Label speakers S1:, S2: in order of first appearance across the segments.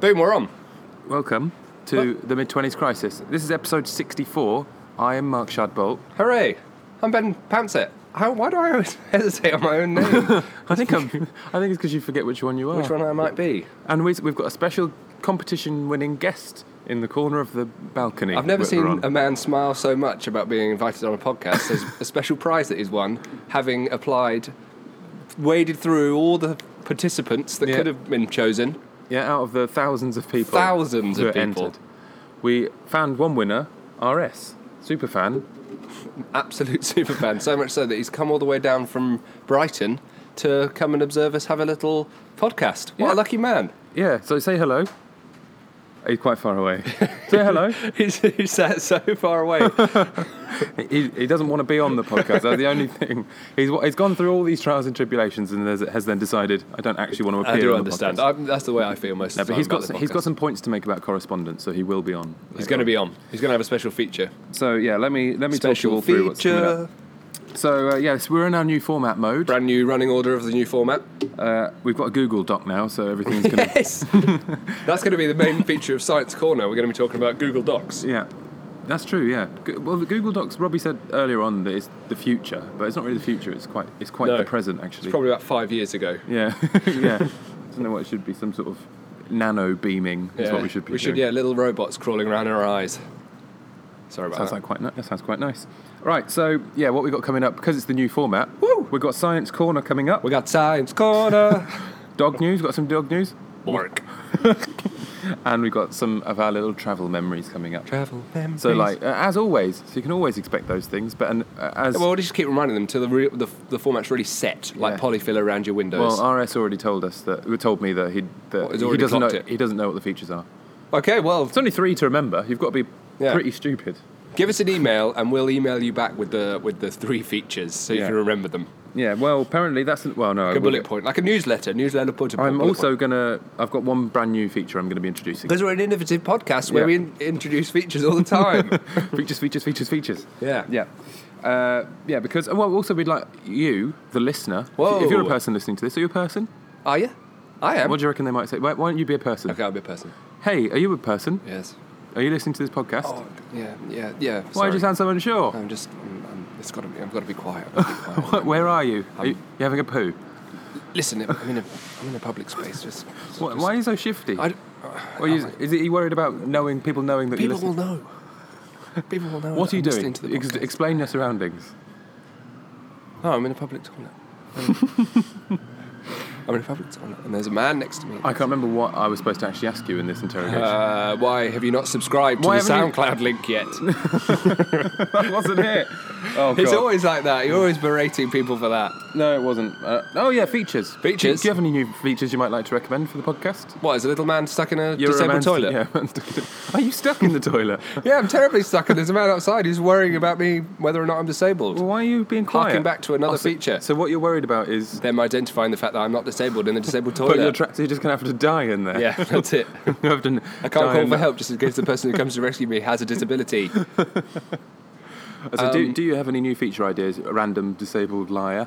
S1: Boom, we're on.
S2: Welcome to the Mid 20s Crisis. This is episode 64. I am Mark Shadbolt.
S1: Hooray. I'm Ben Pouncet. How, why do I always hesitate on my own name?
S2: I think I'm, I think it's because you forget Um, which one you are.
S1: Which one I might be?
S2: And we, we've got a special competition winning guest in the corner of the balcony.
S1: I've never
S2: that we're
S1: seen
S2: on.
S1: a man smile so much about being invited on a podcast. There's a special prize that he's won, having applied, waded through all the participants that
S2: Yeah.
S1: could have been chosen.
S2: yeah, out of the thousands of people.
S1: Thousands
S2: who
S1: of people.
S2: entered. We found one winner, RS, superfan.
S1: Absolute superfan. So much so that he's come all the way down from Brighton to come and observe us have a little podcast. What a
S2: Yeah.
S1: lucky man.
S2: Yeah, so say hello. He's quite far away. say hello.
S1: He's, he's sat so far away.
S2: He, he doesn't want to be on the podcast. That's the only thing. He's, wa- he's gone through all these trials and tribulations and has, has then decided, I don't actually want to appear
S1: I do
S2: on
S1: understand.
S2: the podcast.
S1: I'm, that's the way I feel most
S2: No,
S1: of the
S2: but
S1: time.
S2: he's
S1: about
S2: got,
S1: the
S2: he's
S1: podcast.
S2: got some points to make about correspondence, so he will be on.
S1: He's going to be on. He's going to have a special feature.
S2: So, yeah, let me, let me talk you
S1: special
S2: all through what's coming up. So, uh, yes, we're in our new format mode.
S1: Brand new running order of the new format.
S2: Uh, we've got a Google Doc now, so everything's going to
S1: Yes. that's going to be the main feature of Science Corner. We're going to be talking about Google Docs.
S2: Yeah, that's true. Yeah. Go- Well, the Google Docs. Robbie said earlier on that it's the future, but it's not really the future. It's quite it's quite
S1: No.
S2: the present actually.
S1: It's probably about five years ago.
S2: yeah, yeah. I don't know what it should be. Some sort of nano beaming is what we should be.
S1: We should,
S2: doing.
S1: yeah, little robots crawling around in our eyes. Sorry about
S2: Sounds
S1: that.
S2: like quite. Ni- that sounds quite nice. Right. So yeah, what we got coming up because it's the new format.
S1: Woo!
S2: We've got Science Corner coming up.
S1: we got Science Corner.
S2: Dog news. We've got some dog news,
S1: Work.
S2: and we've got some of our little travel memories coming up.
S1: Travel them.
S2: So like uh, as always, so you can always expect those things. But and uh, as
S1: Well, we'll just keep reminding them until the, re- the, the format's really set, like
S2: Yeah.
S1: polyfill around your windows.
S2: Well, RS already told us that. Who told me that he that
S1: Well, he's
S2: he
S1: already
S2: doesn't know.
S1: clocked it.
S2: He doesn't know what the features are.
S1: okay, well,
S2: It's only three to remember. You've got to be
S1: Yeah.
S2: pretty stupid.
S1: Give us an email and we'll email you back with the with the three features so you
S2: Yeah.
S1: can remember them.
S2: Yeah. Well, apparently that's well no. I
S1: Like a
S2: will-
S1: bullet point, like a newsletter, newsletter point.
S2: I'm
S1: bullet
S2: also
S1: point.
S2: gonna. I've got one brand new feature I'm gonna be introducing.
S1: because we're an innovative podcast where
S2: Yeah.
S1: we in- introduce features all the time.
S2: features, features, features, features.
S1: Yeah.
S2: Yeah. Uh, yeah, because well, also we'd like you, the listener. if you- If,
S1: Whoa.
S2: you're a person listening to this, are you a person?
S1: Are you? I am.
S2: What do you reckon they might say? Why, why don't you be a person?
S1: Okay, I'll be a person.
S2: Hey, are you a person?
S1: Yes.
S2: Are you listening to this podcast?
S1: Oh, yeah, yeah, yeah.
S2: Oh, why
S1: sorry.
S2: do you sound so unsure?
S1: I'm just. I'm, I'm, it's got to be. I've got to be quiet. I've gotta be quiet.
S2: Wh- Where are you? Are
S1: Um,
S2: you, you having a poo?
S1: Listen, I'm in a. I'm in a public space. Just.
S2: Why,
S1: just-
S2: why are you so shifty?
S1: I d-
S2: Or you, is it you worried about knowing people knowing that you
S1: people
S2: listen?
S1: will know. People will know.
S2: What
S1: that
S2: are you
S1: I'm listening
S2: doing?
S1: To the
S2: Ex-
S1: podcast.
S2: explain your surroundings.
S1: Oh, I'm in a public toilet. I'm in a public toilet, and there's a man next to me.
S2: I can't remember what I was supposed to actually ask you in this interrogation.
S1: Uh, why have you not subscribed to
S2: Why
S1: the
S2: haven't you-
S1: SoundCloud link yet?
S2: that wasn't it. Oh
S1: it's
S2: God.
S1: always like that. You're always berating people for that.
S2: no, it wasn't. Uh, oh yeah, features. Do-
S1: Features?
S2: Do, you have any new features you might like to recommend for the podcast?
S1: What is a little man stuck in a
S2: You're a
S1: disabled
S2: man-
S1: toilet? Yeah.
S2: Yeah. Are you stuck in the toilet?
S1: I'm terribly stuck, and there's a man outside who's worrying about me whether or not I'm disabled.
S2: Well, why are you being quiet? Oh,
S1: Harking back to another
S2: so-
S1: feature.
S2: So what you're worried about is,
S1: Them identifying the fact that I'm not disabled in the disabled toilet.
S2: but you're, tra- so you're just gonna have to die in there.
S1: yeah, that's it.
S2: you have to
S1: I can't call for help just in case the person who comes to rescue me has a disability.
S2: So do, do you have any new feature ideas? A random disabled liar.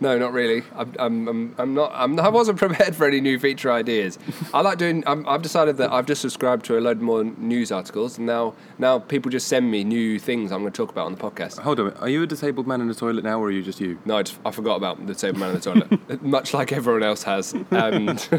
S1: No, not really. I'm, I'm, I'm, I'm not. I'm, I wasn't prepared for any new feature ideas. I like doing. I'm, I've decided that I've just subscribed to a load more news articles, and now now people just send me new things I'm going to talk about on the podcast.
S2: Hold on, are you a disabled man in a toilet now, or are you just you?
S1: No, I, just, I forgot about the disabled man in the toilet, much like everyone else has. And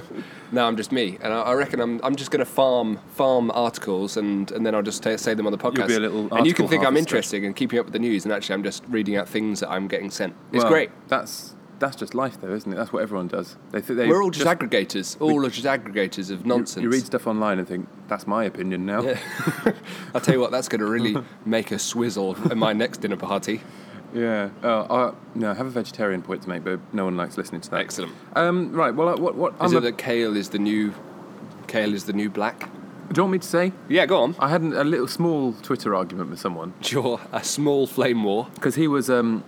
S1: now I'm just me, and I, I reckon I'm, I'm just going to farm farm articles, and, and then I'll just ta say them on the podcast.
S2: be a little
S1: and you can
S2: article
S1: think I'm
S2: harvester.
S1: interesting and keeping up with the news, and actually I'm just reading out things that I'm getting sent. It's
S2: Well,
S1: great.
S2: That's that's just life, though, isn't it? That's what everyone does. They think they
S1: We're all just, aggregators. All are just aggregators of nonsense.
S2: You read stuff online and think that's my opinion now. Yeah.
S1: I'll tell you what, that's going to really make a swizzle at my next dinner party.
S2: Uh, I, no, I have a vegetarian point to make, but no one likes listening to that.
S1: Excellent.
S2: Um, right. Well, I- what what
S1: Is
S2: I'm
S1: it
S2: a-
S1: that kale is the new kale is the new black?
S2: do you want me to say?
S1: Yeah, go on.
S2: I had an, a little small Twitter argument with someone
S1: Sure, a small flame war.
S2: because he was um,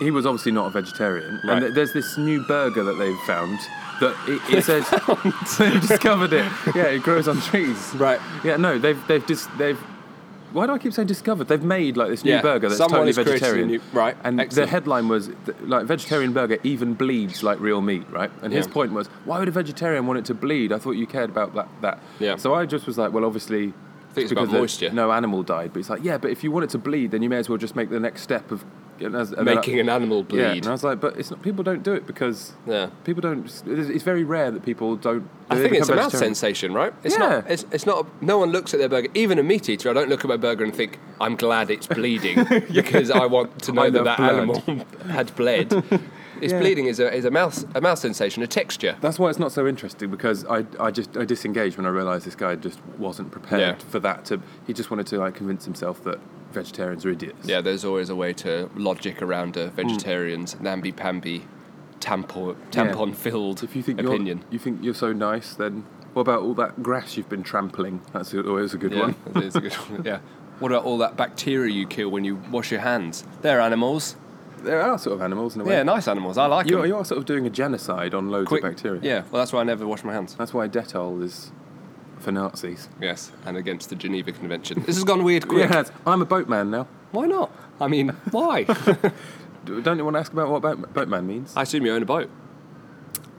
S2: he was obviously not a vegetarian,
S1: Right.
S2: and th- there's this new burger that they've found that it, it says they discovered it. Yeah, it grows on trees.
S1: Right.
S2: Yeah, no, they've they've just they've why do I keep saying discovered? They've made like this new
S1: Yeah,
S2: burger that's
S1: someone
S2: totally
S1: has created a
S2: vegetarian,
S1: new- right,
S2: And
S1: excellent.
S2: the headline was th- like vegetarian burger even bleeds like real meat, right? And his
S1: Yeah.
S2: point was, why would a vegetarian want it to bleed? I thought you cared about that. that.
S1: Yeah.
S2: So I just was like, well, obviously.
S1: think it's
S2: because
S1: about
S2: the-
S1: moisture.
S2: No animal died, but it's like, yeah, but if you want it to bleed, then you may as well just make the next step of and as- and they're like-
S1: Making an animal
S2: Yeah,
S1: bleed.
S2: and I was like, but it's not. People don't do it because
S1: Yeah.
S2: people don't. It's it's very rare that people don't.
S1: I
S2: they
S1: think it's a
S2: become
S1: mouth
S2: vegetarian.
S1: sensation, right? It's
S2: Yeah.
S1: not. It's, it's not. No one looks at their burger. Even a meat eater, I don't look at my burger and think, "I'm glad it's bleeding," because I want to know
S2: I
S1: that
S2: love
S1: that
S2: blood.
S1: animal had bled. It's
S2: Yeah.
S1: bleeding is a is a mouth a mouth sensation, a texture.
S2: That's why it's not so interesting because I, I just I disengaged when I realised this guy just wasn't prepared
S1: Yeah.
S2: for that. To he just wanted to like convince himself that vegetarians are idiots.
S1: Yeah, there's always a way to logic around a vegetarian's namby-pamby, tampon tampon-filled
S2: If you think
S1: opinion.
S2: you're you think you're so nice, then what about all that grass you've been trampling? That's always a good
S1: Yeah,
S2: one.
S1: that is a good one. Yeah. What about all that bacteria you kill when you wash your hands? They're animals.
S2: There are sort of animals in a way.
S1: Yeah, nice animals. I like
S2: you,
S1: them.
S2: you are sort of doing a genocide on loads of bacteria.
S1: Yeah. Well, that's why I never wash my hands.
S2: That's why Detol is for Nazis.
S1: Yes, and against the Geneva Convention. This has gone weird quick.
S2: Yeah, I'm a boatman now.
S1: Why not? I mean, why?
S2: D- Don't you want to ask about what boat, boatman means?
S1: I assume you own a boat.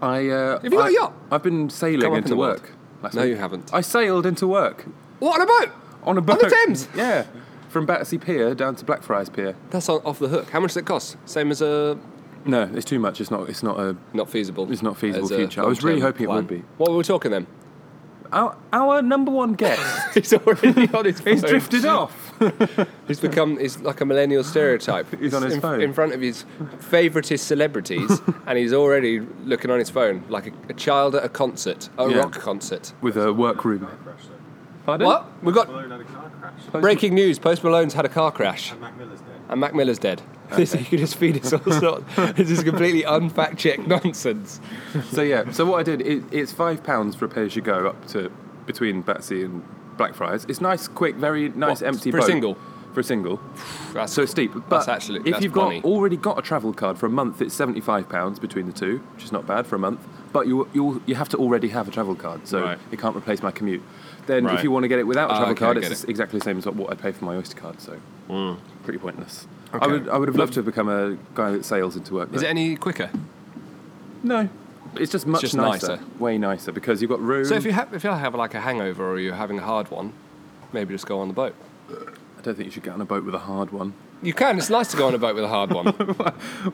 S2: I uh,
S1: Have you got
S2: I,
S1: a yacht?
S2: I've been
S1: Come
S2: sailing
S1: up in
S2: into
S1: the world.
S2: work. last
S1: No,
S2: week.
S1: you haven't.
S2: I sailed into work
S1: What, on a boat?
S2: on a
S1: the
S2: boat.
S1: Thames?
S2: Yeah, from Battersea Pier down to Blackfriars Pier.
S1: That's on, off the hook. How much does it cost? Same as a.
S2: No, it's too much. It's not. It's not a
S1: Not feasible.
S2: It's not feasible
S1: As a
S2: future. I was really
S1: long-term
S2: hoping it would
S1: plan.
S2: be.
S1: What were we talking then?
S2: our, our number one guest.
S1: He's already on his phone.
S2: He's drifted off.
S1: He's become. He's like a millennial stereotype.
S2: He's on his
S1: in,
S2: phone.
S1: in front of his favouritist celebrities, and he's already looking on his phone like a, a child at a concert, a
S2: Yeah.
S1: rock concert.
S2: With a workroom.
S3: crash though.
S2: Pardon?
S1: What? We've got
S3: Malone had a car crash.
S1: breaking news. Post Malone's had a car crash.
S3: And Mac Miller's dead.
S1: and Mac Miller's dead. This you can just feed us all sorts. this is completely unfact checked nonsense.
S2: So yeah. So what I did, it, it's five pounds for a pay as you go up to between Battersea and Blackfriars. It's nice, quick, very nice,
S1: What,
S2: empty
S1: for a
S2: boat.
S1: single?
S2: For a single.
S1: That's
S2: So it's steep. But
S1: That's actually-
S2: if
S1: that's
S2: you've
S1: money.
S2: got already got a travel card for a month, it's seventy five pounds between the two, which is not bad for a month. But you you you have to already have a travel card, so
S1: Right.
S2: it can't replace my commute. Then
S1: Right.
S2: if you want to get it without a
S1: Ah,
S2: travel
S1: okay, I
S2: card,
S1: get Mm.
S2: it's exactly the same as what I pay for my Oyster card. So pretty pointless. I
S1: Okay.
S2: would I would have loved to have become a guy that sails into work.
S1: Is
S2: though.
S1: it any quicker?
S2: No, it's just much
S1: just
S2: nicer,
S1: nicer.
S2: way nicer because you've got room.
S1: So if you have, if you have like a hangover or you're having a hard one, maybe just go on the boat.
S2: I don't think you should get on a boat with a hard one.
S1: You can. It's nice to go on a boat with a hard one.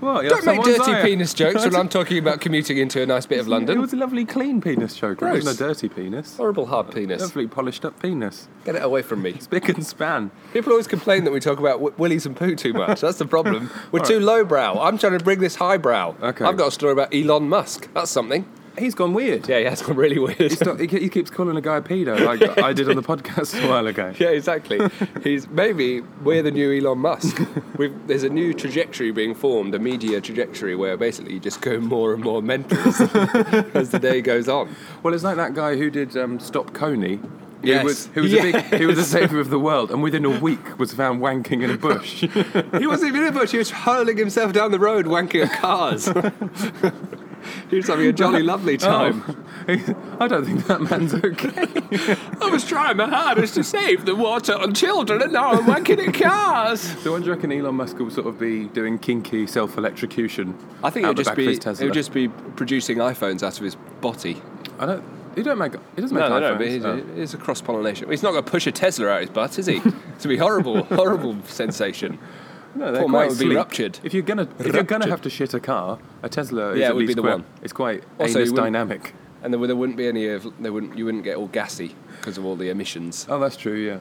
S2: Well, yeah,
S1: Don't make
S2: someone's
S1: dirty
S2: eye-
S1: penis jokes when I'm talking about commuting into a nice bit of
S2: It
S1: London.
S2: was a lovely clean penis joke. It
S1: Gross.
S2: wasn't a dirty penis.
S1: Horrible hard penis.
S2: Lovely polished up penis.
S1: Get it away from me.
S2: Spick and span.
S1: People always complain that we talk about w- willies and poo too much. That's the problem. We're too lowbrow. I'm trying to bring this highbrow.
S2: Okay.
S1: I've got a story about Elon Musk. That's something.
S2: He's gone weird.
S1: Yeah, yeah, it's really weird.
S2: He's not- he, ke- he keeps calling a guy a pedo like I did on the podcast a while ago.
S1: Yeah, exactly. He's maybe we're the new Elon Musk. We've, there's a new trajectory being formed, a media trajectory where basically you just go more and more mental as, as the day goes on.
S2: Well, it's like that guy who did um, Stop Coney. Who
S1: Yes.
S2: was, who was a big, who was a savior of the world, and within a week was found wanking in a bush.
S1: He wasn't even in much. He was hurling himself down the road, wanking at cars. he was having a jolly lovely time.
S2: Oh. I don't think that man's okay.
S1: I was trying my hardest to save the water and children, and now I'm wanking at cars.
S2: So, when do you reckon Elon Musk will sort of be doing kinky self electrocution?
S1: I think it would just be it would just be producing iPhones out of his body.
S2: I don't. He don't make. He doesn't
S1: No,
S2: make
S1: no,
S2: iPhones.
S1: no, but he's,
S2: oh.
S1: it's a cross pollination. He's not going to push a Tesla out his butt, is he? it's going to be horrible, horrible sensation.
S2: No, they're
S1: Poor
S2: quite
S1: mate would be
S2: sleek.
S1: ruptured.
S2: If you're gonna, if you're gonna have to shit a car, a Tesla is
S1: Yeah, it
S2: at
S1: would be
S2: least
S1: the
S2: quite,
S1: one.
S2: It's quite
S1: Also, you
S2: anus
S1: wouldn't-
S2: dynamic.
S1: And there, there wouldn't be any of, there wouldn't, you wouldn't get all gassy because of all the emissions.
S2: Oh, that's true. Yeah.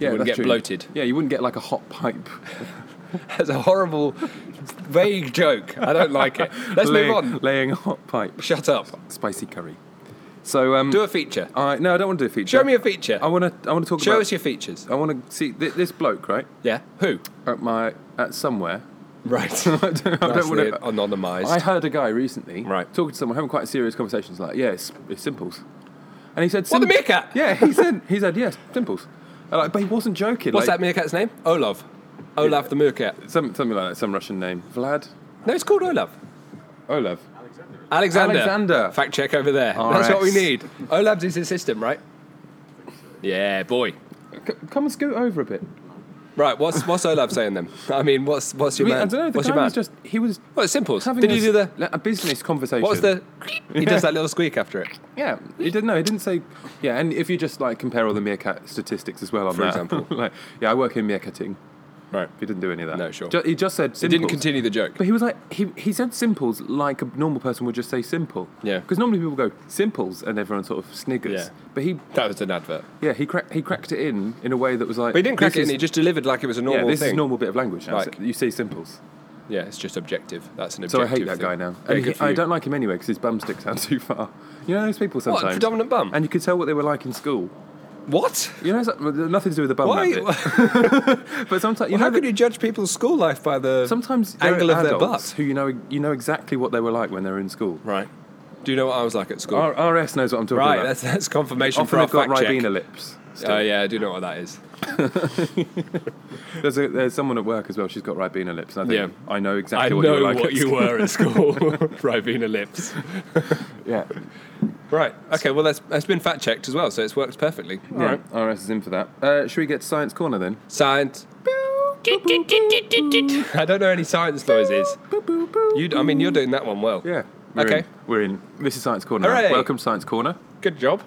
S2: Yeah,
S1: wouldn't
S2: that's
S1: get
S2: true.
S1: bloated.
S2: Yeah, you wouldn't get like a hot pipe.
S1: That's a horrible, vague joke. I don't like it. Let's
S2: laying,
S1: move on.
S2: Laying a hot pipe.
S1: Shut up.
S2: Spicy curry. So um,
S1: Do a feature.
S2: I no, I don't want to do a feature.
S1: Show me a feature.
S2: I want to. I want to talk
S1: Show
S2: about.
S1: us your features.
S2: I want to see th- this bloke right
S1: Yeah. Who?
S2: at my at somewhere.
S1: Right.
S2: I don't, I don't want
S1: Nicely
S2: to.
S1: anonymised.
S2: I heard a guy recently
S1: Right.
S2: talking to someone, having quite a serious conversation. He's like, yeah, it's, it's simples. And he said,
S1: What, the
S2: "Sim-
S1: meerkat?"
S2: Yeah, he said, he said, yes, simples. And like, but he wasn't joking.
S1: What's
S2: like,
S1: that meerkat's name? Olav. Olav the meerkat.
S2: Some, something like that, some Russian name. Vlad
S1: No, it's called Olav.
S2: Olav.
S1: Alexander.
S2: Alexander.
S1: Fact check over there.
S2: All
S1: That's what we
S2: right.
S1: need. Olav's is his system, right? Yeah, boy.
S2: C- come and scoot over a bit.
S1: Right, what's what's Olav saying then? I mean, what's what's your
S2: I, mean,
S1: man?
S2: I don't know. The
S1: what's
S2: guy
S1: your man?
S2: was just he was
S1: well, it's simple.
S2: having
S1: Did
S2: a,
S1: he do the?
S2: a business conversation.
S1: What was the? He does that little squeak after it.
S2: Yeah, he didn't know. He didn't say. Yeah, and if you just like compare all the meerkat statistics as well on
S1: For
S2: that,
S1: example.
S2: like yeah, I work in meerkatting.
S1: Right.
S2: He didn't do any of that.
S1: No, sure.
S2: Ju- he just said
S1: It
S2: simples.
S1: didn't continue the joke.
S2: But he was like he, he said simples like a normal person would just say simple.
S1: Yeah.
S2: Because normally people go simples and everyone sort of sniggers.
S1: Yeah.
S2: But he
S1: That was an advert.
S2: yeah he cracked he cracked it in in a way that was like.
S1: But he didn't crack
S2: this
S1: it, and
S2: is-
S1: he just delivered like it was a
S2: yeah,
S1: normal
S2: this
S1: thing.
S2: is a normal bit of language. Now.
S1: Like-
S2: you see simples.
S1: Yeah, it's just objective. That's an
S2: So I
S1: objective.
S2: hate that
S1: thing.
S2: guy now.
S1: Yeah, good
S2: And he-
S1: for
S2: I
S1: you.
S2: don't like him anyway because his bum sticks out too far. You know those people
S1: What,
S2: sometimes.
S1: predominant bum?
S2: And you could tell what they were like in school.
S1: what?
S2: You know, it's- well, nothing to do with the bum. that
S1: Why?
S2: bit. But sometimes you
S1: how
S2: know that-
S1: could you judge people's school life by the
S2: sometimes there
S1: angle
S2: are
S1: of their
S2: adults
S1: butt?
S2: who you know you know exactly what they were like when they were in school.
S1: Right. Do you know what I was like at school?
S2: R- RS knows what I'm talking
S1: right.
S2: about.
S1: That's that's confirmation
S2: Often
S1: for our
S2: they've got
S1: fact check.
S2: ribena lips. still.
S1: Oh yeah, I do know what that is.
S2: There's, a, there's someone at work as well. She's got ribena lips. And I think
S1: Yeah.
S2: I know
S1: I
S2: exactly
S1: know
S2: what you were like.
S1: what
S2: at
S1: you
S2: school.
S1: were at school. Ribena lips.
S2: Yeah.
S1: Right. Okay. Well, that's that's been fact checked as well, so it's worked perfectly. All right.
S2: yeah. RS is in for that. Uh, should we get to science corner then?
S1: Science. I don't know any science noises. You. I mean, you're doing that one well.
S2: Yeah. We're
S1: Okay.
S2: in. We're in. This is science corner.
S1: Hooray.
S2: Welcome to science corner.
S1: Good job.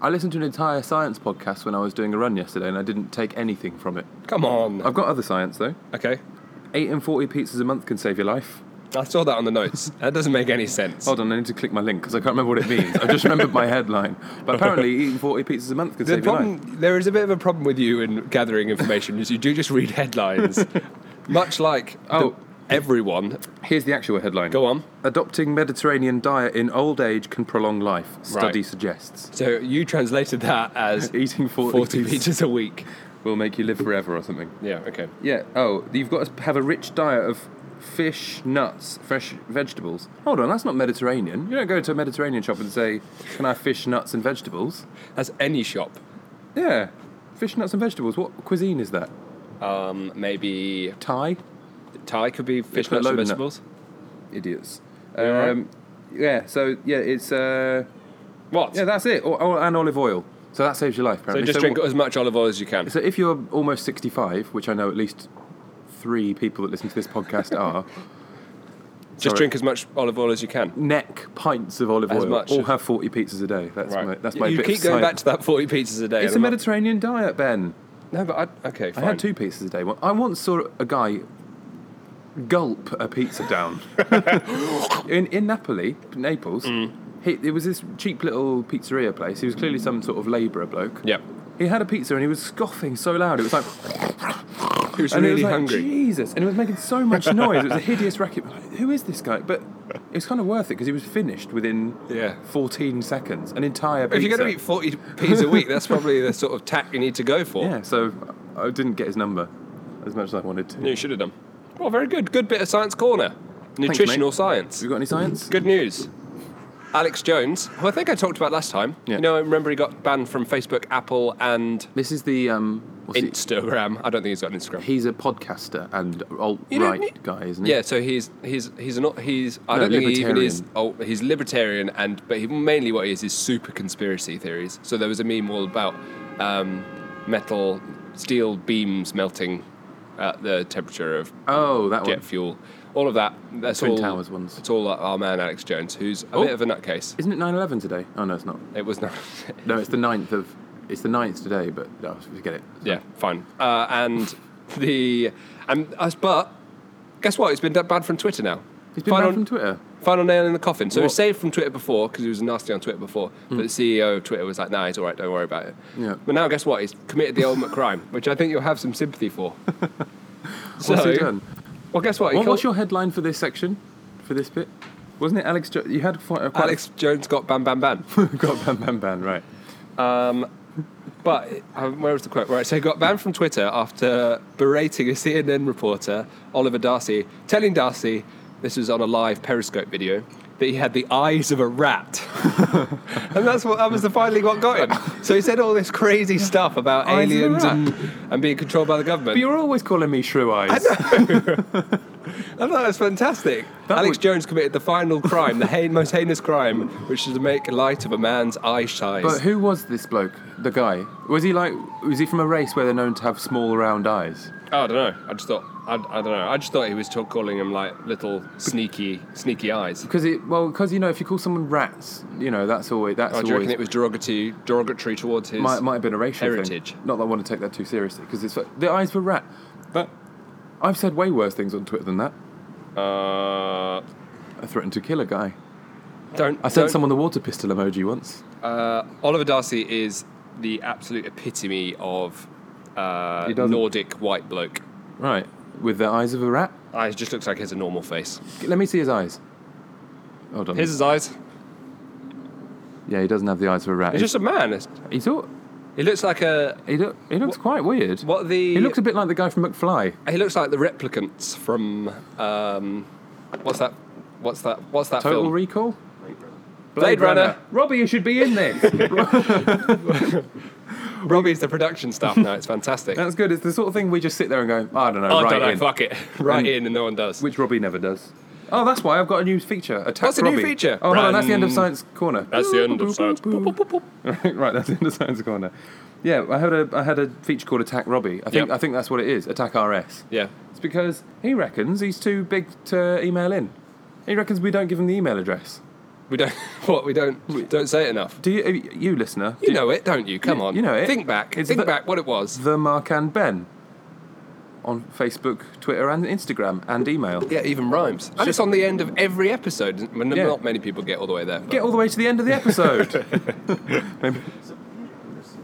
S2: I listened to an entire science podcast when I was doing a run yesterday, and I didn't take anything from it.
S1: Come on.
S2: I've got other science though.
S1: Okay.
S2: Eight and forty pizzas a month can save your life.
S1: I saw that on the notes. That doesn't make any sense.
S2: Hold on, I need to click my link because I can't remember what it means. I just remembered my headline. But apparently, eating 40 pizzas a month can
S1: The
S2: save your life.
S1: problem, there is a bit of a problem with you in gathering information, is you do just read headlines, much like the-
S2: Oh.
S1: everyone.
S2: Here's the actual headline.
S1: Go on.
S2: Adopting Mediterranean diet in old age can prolong life, study
S1: Right.
S2: suggests.
S1: So you translated that as
S2: Eating 40,
S1: 40
S2: pizzas
S1: meters a week.
S2: will make you live forever or something.
S1: Yeah. Okay.
S2: Yeah, oh, you've got to have a rich diet of fish, nuts, fresh vegetables. Hold on, that's not Mediterranean. You don't go to a Mediterranean shop and say, Can I have fish, nuts, and vegetables?
S1: That's any shop.
S2: Yeah, fish, nuts, and vegetables. What cuisine is that?
S1: Um, maybe
S2: Thai?
S1: Thai could be fish
S2: put
S1: nuts and
S2: load in that.
S1: vegetables.
S2: idiots.
S1: alright?
S2: Um, Yeah, so yeah, it's uh,
S1: What?
S2: yeah, that's it, or, or, and olive oil. So that saves your life.
S1: so
S2: Apparently.
S1: just drink as much olive oil as you can.
S2: So if you're almost sixty-five, which I know at least three people that listen to this podcast are,
S1: Just
S2: sorry.
S1: drink as much olive oil as you can.
S2: neck pints of olive
S1: As
S2: oil,
S1: much
S2: all
S1: as-
S2: have forty pizzas a day. That's my that's my.
S1: you
S2: bit
S1: keep
S2: of
S1: going back
S2: science.
S1: to that 40 pizzas a day.
S2: It's a
S1: and I'm
S2: Mediterranean diet, Ben.
S1: like, No, but I, okay, fine.
S2: I had two pizzas a day. Well, I once saw a guy gulp a pizza down in in Napoli, Naples.
S1: Mm.
S2: He, it was this cheap little pizzeria place. He was clearly some sort of labourer bloke.
S1: Yeah.
S2: He had a pizza and he was scoffing so loud. It was like,
S1: He was
S2: and it
S1: really
S2: was like,
S1: hungry.
S2: Jesus, and it was making so much noise. It was a hideous racket. Like, Who is this guy? But it was kind of worth it because he was finished within
S1: Yeah.
S2: 14 seconds. An entire pizza.
S1: If you're going to eat 40 pizzas a week, that's probably the sort of tack you need to go for.
S2: yeah. So I didn't get his number as much as I wanted to.
S1: You should have done. Well, very good. Good bit of science corner. Nutritional
S2: mate.
S1: science.
S2: You got any science?
S1: Good news. Alex Jones, who I think I talked about last time.
S2: Yeah.
S1: You know, I remember he got banned from Facebook, Apple, and
S2: This is the um. What's it?
S1: Instagram. I don't think he's got an Instagram.
S2: He's a podcaster and alt
S1: You don't
S2: right
S1: need-
S2: guy, isn't he?
S1: Yeah, so he's he's he's not he's I
S2: No,
S1: don't think he even
S2: libertarian.
S1: is. Oh, he's libertarian, and but he, mainly what he is is super conspiracy theories. So there was a meme all about um, metal steel beams melting at the temperature of
S2: Oh, that
S1: jet
S2: one.
S1: fuel, all of that. That's
S2: Twin
S1: all.
S2: Towers ones.
S1: It's all our man Alex Jones, who's a
S2: Oh.
S1: bit of a nutcase.
S2: Isn't it 9/11 today? Oh no, it's not.
S1: It was not.
S2: No, it's the 9th of. It's the 9th today, but oh, forget it.
S1: yeah, fine. Uh, and the and us, but guess what? He's been banned from Twitter now.
S2: He's been
S1: Final-
S2: banned from Twitter.
S1: Final nail in the coffin. So he was
S2: What- Hmm.
S1: saved from Twitter before because he was nasty on Twitter before. But the CEO of Twitter was like, "Nah, he's all right. Don't worry about it."
S2: Yeah.
S1: But now, guess what? He's committed the ultimate crime, which I think you'll have some sympathy for. so,
S2: What's he done?
S1: Well, guess what? He
S2: What, what's
S1: called-
S2: your headline for this section? For this bit? Wasn't it Alex? Jo- you had quite, quite
S1: Alex Jones got ban ban ban.
S2: got ban ban ban right.
S1: but um, where was the quote? Right. So he got banned from Twitter after berating a CNN reporter, Oliver Darcy, telling Darcy this was on a live Periscope video. That he had the eyes of a rat, and that's what that was the finally what got him. So he said all this crazy stuff about
S2: Eyes of a
S1: aliens
S2: rat.
S1: and, and being controlled by the
S2: But
S1: government.
S2: you're always calling me shrew eyes.
S1: I thought that was fantastic.
S2: That
S1: Alex
S2: would-
S1: Jones committed the final crime, the hein- most heinous crime, which is to make light of a man's eye size.
S2: But who was this bloke? The guy was he like? Was he from a race where they're known to have small round eyes?
S1: Oh, I don't know. I just thought I, I don't know. I just thought he was t- calling him like little sneaky sneaky eyes.
S2: Because it well, because you know, if you call someone rats, you know that's always that's
S1: Oh, do you
S2: always
S1: reckon it was derogatory derogatory towards his?
S2: might, might have been a racial
S1: heritage?
S2: thing. Not that I want to take that too seriously because it's like, the eyes were rat. But I've said way worse things on Twitter than that.
S1: Uh,
S2: I threatened to kill a guy.
S1: don't
S2: I sent
S1: don't-
S2: someone the water pistol emoji once.
S1: Uh, Oliver Darcy is the absolute epitome of uh,
S2: He doesn't-
S1: Nordic white bloke.
S2: Right, with the eyes of a rat.
S1: I it just looks like he has a normal face.
S2: Let me see his eyes. Hold on.
S1: Here's his eyes.
S2: yeah, he doesn't have the eyes of a rat.
S1: He's just a man.
S2: he thought
S1: He looks like a
S2: he, look, he looks quite weird.
S1: what the
S2: He looks a bit like the guy from McFly.
S1: he looks like the replicants from um, what's that what's that what's that
S2: Total
S1: film?
S2: Recall.
S1: Blade Runner.
S2: Robbie, you should be in this.
S1: Robbie's the production staff now. It's fantastic.
S2: That's good. It's the sort of thing we just sit there and go, I don't know,
S1: I
S2: right
S1: Oh, don't know.
S2: in.
S1: Fuck it. Right in, and no one does.
S2: Which Robbie never does. Oh, that's why I've got a new feature. Attack
S1: What's a new
S2: Robbie.
S1: feature?
S2: Oh, hold on, that's the end of
S1: Brand-
S2: Science Corner.
S1: That's the end of science. Boop, boop, boop, boop.
S2: right, that's the end of Science Corner. Yeah, I had a I had a feature called Attack Robbie. I think
S1: Yep.
S2: I think that's what it is. Attack RS.
S1: Yeah.
S2: It's because he reckons he's too big to email in. He reckons we don't give him the email address.
S1: We don't. What we don't we don't say it enough.
S2: Do you, uh, you listener?
S1: You know it, don't you? Come on.
S2: you know it.
S1: Think back.
S2: It's
S1: Think
S2: the-
S1: back what it was.
S2: the Mark and Ben on Facebook, Twitter, and Instagram, and email.
S1: Yeah, it even rhymes. And it's on the end of every episode. and Not
S2: Yeah.
S1: many people get all the way there. but-
S2: Get all the way to the end of the episode. Maybe-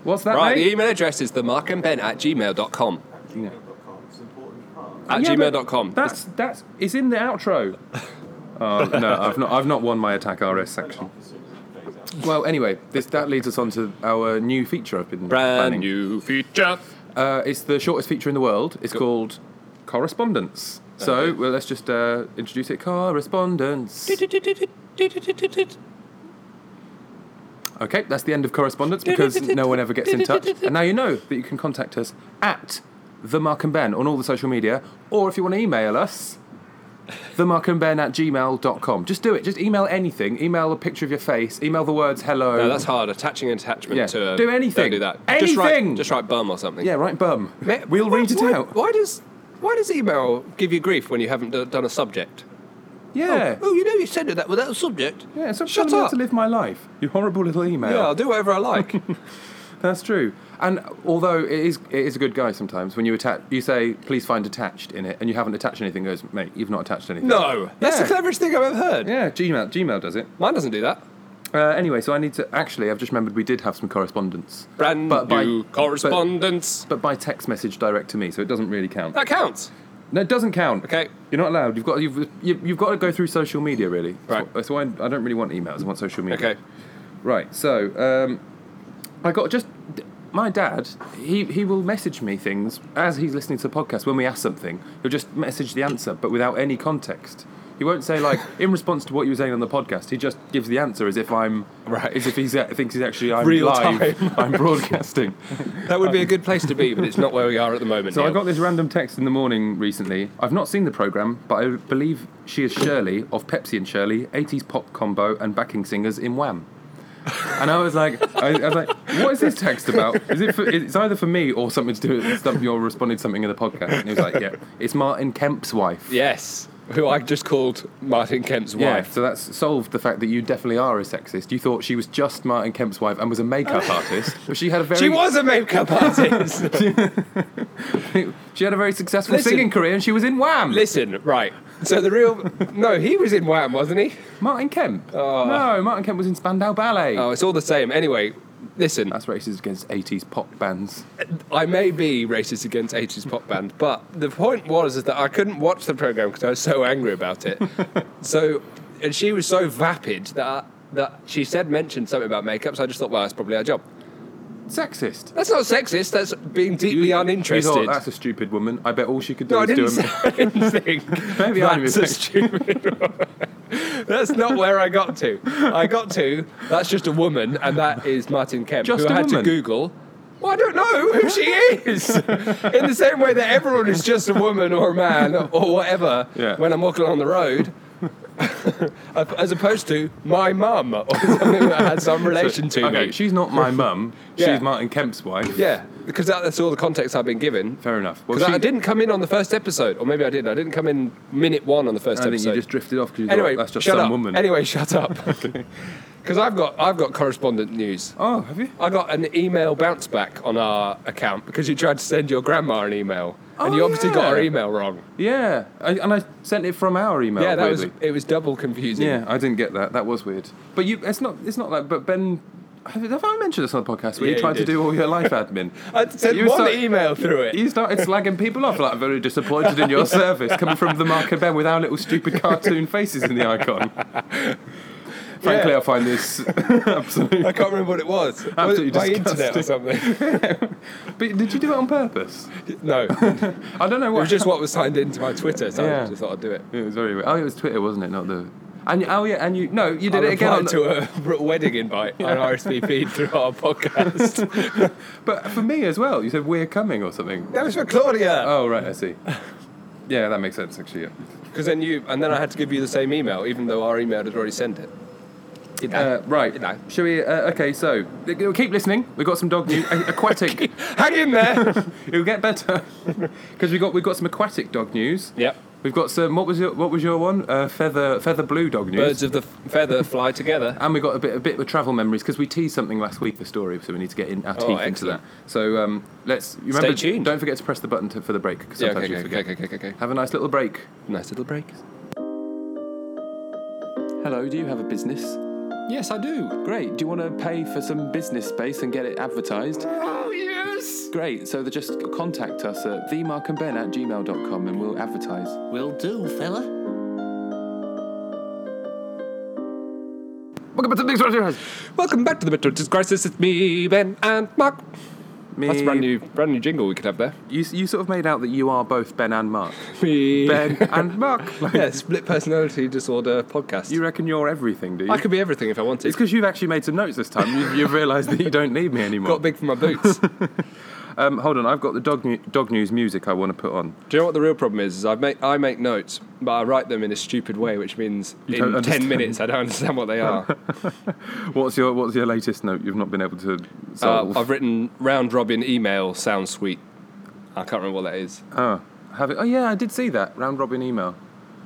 S2: What's that,
S1: right, the
S2: mate?
S1: email address is themarkandben at gmail.com.
S2: Yeah.
S1: At
S2: Yeah, but
S1: gmail.com.
S2: That's that's it's in the outro. Oh no, I've not I've not won my attack RS section. Well, anyway, this that leads us on to our new feature I've been
S1: Brand
S2: planning.
S1: new feature.
S2: Uh, it's the shortest feature in the world. It's called correspondence. So well, let's just uh, introduce it. Correspondence. Okay, that's the end of correspondence because no one ever gets in touch. And now you know that you can contact us at the Mark and Ben on all the social media, or if you want to email us, the Mark and Ben at gmail.com. Just do it. Just email anything. Email a picture of your face. Email the words hello.
S1: No, that's hard. Attaching an attachment
S2: Yeah.
S1: to a,
S2: Do
S1: Don't
S2: anything.
S1: do that. Just
S2: Anything.
S1: write, just write bum or something.
S2: yeah, right, bum.
S1: Ma-
S2: We'll
S1: why-
S2: read it
S1: why-
S2: out.
S1: Why does why does email give you grief when you haven't d- done a subject?
S2: Yeah.
S1: Oh, you know you sent it that without a subject.
S2: Yeah, stop
S1: Shut
S2: telling me how
S1: up.
S2: to live my life. You horrible little email.
S1: Yeah, I'll do whatever I like.
S2: That's true. And although it is, it is a good guy sometimes when you attach, you say, "Please find attached" in it, and you haven't attached anything. Goes, mate, you've not attached anything.
S1: no, that's
S2: Yeah.
S1: the cleverest thing I've ever heard.
S2: Yeah, Gmail. Gmail does it.
S1: Mine doesn't do that.
S2: Uh, anyway, so I need to. Actually, I've just remembered we did have some correspondence,
S1: Brand
S2: But by-
S1: new
S2: but-
S1: correspondence.
S2: but by text message direct to me, so it doesn't really count.
S1: that counts.
S2: No, it doesn't count.
S1: Okay.
S2: you're not allowed. You've got you've you- you've got to go through social media really.
S1: Right.
S2: That's why I don't really want emails. I want social media.
S1: Okay.
S2: Right. So um, I got just my dad. He he will message me things as he's listening to the podcast. When we ask something, he'll just message the answer, but without any context. He won't say like in response to what you were saying on the podcast. He just gives the answer as if I'm
S1: Right.
S2: As if he thinks he's actually I'm
S1: Real
S2: live. I'm broadcasting.
S1: That would be a good place to be, but it's not where we are at the moment.
S2: So I
S1: Neil.
S2: got this random text in the morning recently. I've not seen the program, but I believe she is Shirley of Pepsi and Shirley, 80s pop combo and backing singers in Wham. And I was like, I, I was like, what is this text about? Is it? For, it's either for me or something to do with something you're responding to something in the podcast. And he was like, yeah, it's Martin Kemp's wife.
S1: yes, who I just called Martin Kemp's
S2: Yeah,
S1: wife.
S2: so that's solved the fact that you definitely are a sexist. You thought she was just Martin Kemp's wife and was a makeup artist, but she had a very
S1: She was a makeup artist.
S2: she had a very successful
S1: Listen.
S2: singing career and she was in Wham.
S1: Listen, right. So the real no, he was in Wham, wasn't he?
S2: Martin Kemp.
S1: Ah.
S2: No, Martin Kemp was in Spandau Ballet.
S1: Oh, it's all the same. Anyway, listen.
S2: That's racist against 80s pop bands.
S1: I may be racist against 80s pop band, but the point was is that I couldn't watch the program because I was so angry about it. so, and she was so vapid that that she said mentioned something about makeup. So I just thought, well, that's probably our job.
S2: Sexist.
S1: That's not sexist. That's being deeply
S2: You
S1: uninterested.
S2: thought, that's a stupid woman. I bet all she could do
S1: no, I
S2: is do
S1: didn't
S2: a...
S1: say anything.
S2: Maybe I'm
S1: that's a
S2: sexist.
S1: stupid. one. that's not where I got to. I got to that's just a woman, and that is Martin Kemp,
S2: Just
S1: who
S2: a
S1: I had
S2: woman?
S1: to Google. Well, I don't know who she is. In the same way that everyone is just a woman or a man or whatever
S2: Yeah.
S1: when I'm walking along the road. as opposed to my mum or something that had some relation to
S2: okay,
S1: me.
S2: she's not my mum.
S1: Yeah.
S2: She's Martin Kemp's wife.
S1: Yeah, because that, that's all the context I've been given.
S2: Fair enough. Well,
S1: Because I
S2: she-
S1: didn't come in on the first episode, or maybe I didn't. I didn't come in minute one on the first
S2: I think
S1: episode.
S2: you just drifted off because
S1: anyway,
S2: that's just
S1: shut
S2: some
S1: up.
S2: woman.
S1: Anyway, shut up. Because I've got I've got correspondent news.
S2: Oh, have you?
S1: I got an email bounce back on our account because you tried to send your grandma an email, and
S2: Oh,
S1: you obviously got her
S2: yeah.
S1: email wrong.
S2: Yeah, I, and I sent it from our email.
S1: yeah, that
S2: weirdly.
S1: was it was double confusing.
S2: Yeah, I didn't get that. That was weird. But you, it's not. It's not like. But Ben, have, have I mentioned this on the podcast where
S1: Yeah,
S2: you
S1: you
S2: tried
S1: did.
S2: to do all your life admin?
S1: I sent
S2: You
S1: one
S2: start-
S1: email through it.
S2: You started slagging people off like very disappointed in your service coming from the Mark and Ben with our little stupid cartoon faces in the icon. Frankly,
S1: Yeah.
S2: I find this absolutely.
S1: I can't remember what it was.
S2: Absolutely
S1: my internet or
S2: disgusting.
S1: something.
S2: But did you do it on purpose?
S1: No, it
S2: I don't know what.
S1: was just what was signed into my Twitter, so
S2: Yeah.
S1: I just thought I'd do it.
S2: It was very weird. Oh, it was Twitter, wasn't it? Not the. And oh yeah, and you no, you did
S1: I
S2: it again.
S1: replied
S2: on the-
S1: to a wedding invite on RSVP through our podcast.
S2: But for me as well, you said we're coming or something.
S1: that was for Claudia.
S2: Oh right, I see. Yeah, that makes sense actually. Yeah.
S1: Because then you, and then I had to give you the same email, even though our email had already sent it. You know.
S2: Uh, right.
S1: Ah, You know.
S2: Shall we? Uh, okay, so uh, keep listening. We've got some dog news. aquatic.
S1: Hang in there.
S2: It'll get better because we got we got some aquatic dog news.
S1: yep.
S2: We've got some. What was your What was your one? Uh, feather Feather blue dog news.
S1: Birds of the feather fly together.
S2: And we got a bit a bit of travel memories because we teased something last week the story, so we need to get in our teeth into
S1: Oh, excellent.
S2: that. So um, let's you remember.
S1: tuned.
S2: Don't forget to press the button to, for the break. 'cause
S1: Yeah,
S2: sometimes
S1: okay,
S2: we
S1: okay,
S2: forget.
S1: okay, okay, okay, okay.
S2: Have a nice little break.
S1: Nice little break.
S3: Hello, do you have a business?
S1: Yes, I do.
S3: Great. Do you want to pay for some business space and get it advertised?
S1: Oh, yes.
S3: Great. So the- just contact us at themarkandben at gmail.com and we'll advertise.
S4: Will do, fella.
S2: Welcome back to the Big Story.
S1: Welcome back to the Midterm Crisis. It's me, Ben, and Mark.
S2: Me,
S1: That's a brand new, brand new jingle we could have there.
S2: You, you sort of made out that you are both Ben and Mark.
S1: Me.
S2: Ben and Mark. Like,
S1: Yeah, split personality disorder podcast.
S2: You reckon you're everything, do you?
S1: I could be everything if I wanted.
S2: It's because you've actually made some notes this time. You've, you've realised that you don't need me anymore.
S1: got big for my boots. Do
S2: Um, hold on, I've got the dog, nu- dog news music I want to put on.
S1: you know what the real problem is? Is I make I make notes, but I write them in a stupid way, which means in
S2: don't
S1: ten
S2: understand.
S1: minutes I don't understand what they are.
S2: What's your What's your latest note you've not been able to
S1: uh,
S2: solve?
S1: I've written round robin email sounds sweet. I can't remember what that is.
S2: oh, have it, oh yeah, I did see that round robin email.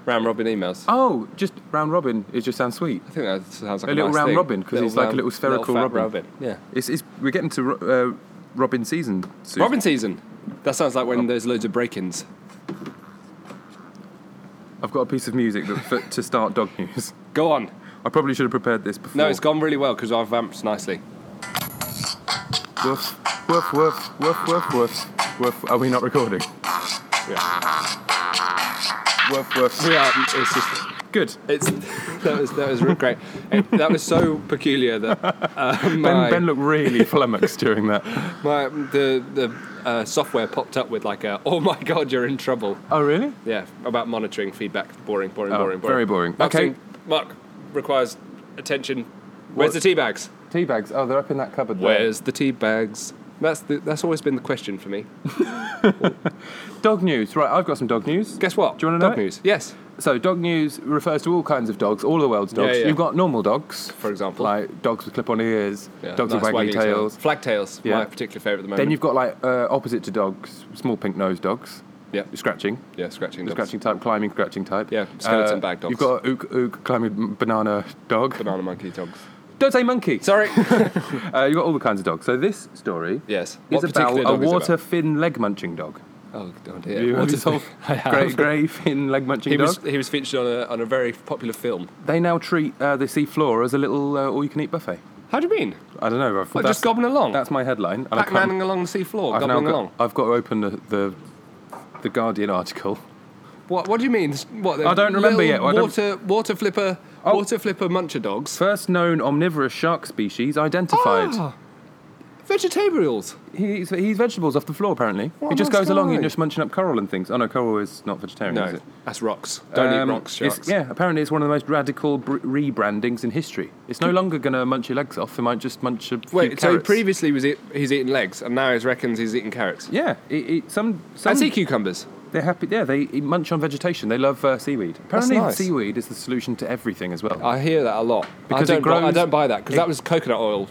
S1: Round robin emails.
S2: Oh, just round robin. It just sounds sweet.
S1: I think that sounds like
S2: A
S1: a,
S2: little
S1: nice
S2: round
S1: thing.
S2: robin, 'cause he's like a
S1: round-
S2: little spherical
S1: fat
S2: robin.
S1: Yeah.
S2: It's, it's we're getting to ro- uh, robin season. Soon.
S1: Robin season. That sounds like
S2: Oh.
S1: when there's loads of break-ins.
S2: I've got a piece of music that, for, to start dog news.
S1: Go on.
S2: I probably should have prepared this before.
S1: No, it's gone really well because I've vamped nicely.
S2: Woof, woof, woof, woof, woof, woof, woof. Are we not recording?
S1: Yeah.
S2: Woof, woof.
S1: We are. It's just.
S2: Good.
S1: It's that was that was real great. It- that was so peculiar that uh, my,
S2: Ben, ben looked really flummoxed during that.
S1: my the the uh, software popped up with like a oh my god you're in trouble
S2: Oh, really?
S1: yeah about monitoring feedback boring boring
S2: Oh,
S1: boring boring
S2: very boring.
S1: Marketing-
S2: Okay.
S1: Mark requires attention. Where's
S2: What?
S1: the tea bags?
S2: Tea bags. Oh, they're up in that cupboard there.
S1: Where's the tea bags? That's the, that's always been the question for me.
S2: Dog news. Right, I've got some dog news.
S1: Guess what?
S2: Do you wanna know
S1: Dog
S2: it?
S1: news? Yes.
S2: So, dog news refers to all kinds of dogs, all the world's dogs.
S1: Yeah, yeah.
S2: You've got normal dogs,
S1: For example.
S2: like dogs with clip-on ears,
S1: Yeah,
S2: dogs
S1: nice
S2: with waggly
S1: tail.
S2: tails.
S1: Flag tails,
S2: Yeah.
S1: my particular favourite at the moment.
S2: Then you've got like uh, opposite to dogs, small pink-nosed dogs,
S1: yeah,
S2: scratching,
S1: yeah, scratching,
S2: the
S1: dogs.
S2: scratching type, climbing scratching type. Uh,
S1: Yeah, skeleton bag dogs.
S2: You've got a ook ook climbing banana dog.
S1: banana monkey dogs.
S2: Don't say monkey.
S1: Sorry.
S2: Uh, you've got all the kinds of dogs. So this story
S1: yes.
S2: is
S1: What
S2: about
S1: particular
S2: a
S1: dog is it
S2: water
S1: about?
S2: fin leg munching dog.
S1: Oh, oh dear.
S2: You
S1: What
S2: already
S1: is it?
S2: told-
S1: I have.
S2: grey, grey fin leg munching
S1: He
S2: dog.
S1: was he was featured on a on a very popular film.
S2: They now treat uh, the sea floor as a little uh, all-you-can-eat buffet.
S1: How do you mean?
S2: I don't know. I've,
S1: Like
S2: that's-
S1: just gobbling along,
S2: That's my headline. and I can't-
S1: Pac-Maning along the sea floor,
S2: I've now
S1: gobbling
S2: got,
S1: along.
S2: I've got to open the, the, the Guardian article.
S1: What what do you mean? What? the
S2: I don't
S1: little
S2: remember yet, I don't-
S1: Water water flipper
S2: Oh.
S1: water flipper muncher dogs.
S2: First known omnivorous shark species identified.
S1: Ah, vegetarians.
S2: He, eats, he eats vegetables off the floor, apparently.
S1: What
S2: he
S1: a
S2: just
S1: nice
S2: goes along and
S1: guy.
S2: just munching up coral and things. Oh, no, coral is not vegetarian, is
S1: No,
S2: it?
S1: that's rocks. Don't
S2: Um,
S1: eat rocks,
S2: it's-
S1: sharks.
S2: Yeah, apparently it's one of the most radical br- rebrandings in history. It's no longer going to munch your legs off. It might just munch a few
S1: Wait, so
S2: carrots.
S1: previously was it, he's eating legs, and now he reckons he's eating carrots
S2: Yeah, it, it, some... some
S1: and sea cucumbers.
S2: They're happy. Yeah, they eat- munch on vegetation. They love uh, seaweed. Apparently,
S1: nice. Uh,
S2: seaweed is the solution to everything as well.
S1: I hear that a lot.
S2: Because
S1: I
S2: it
S1: don't, buy, I
S2: grows-
S1: don't buy that because
S2: it-
S1: that was coconut oil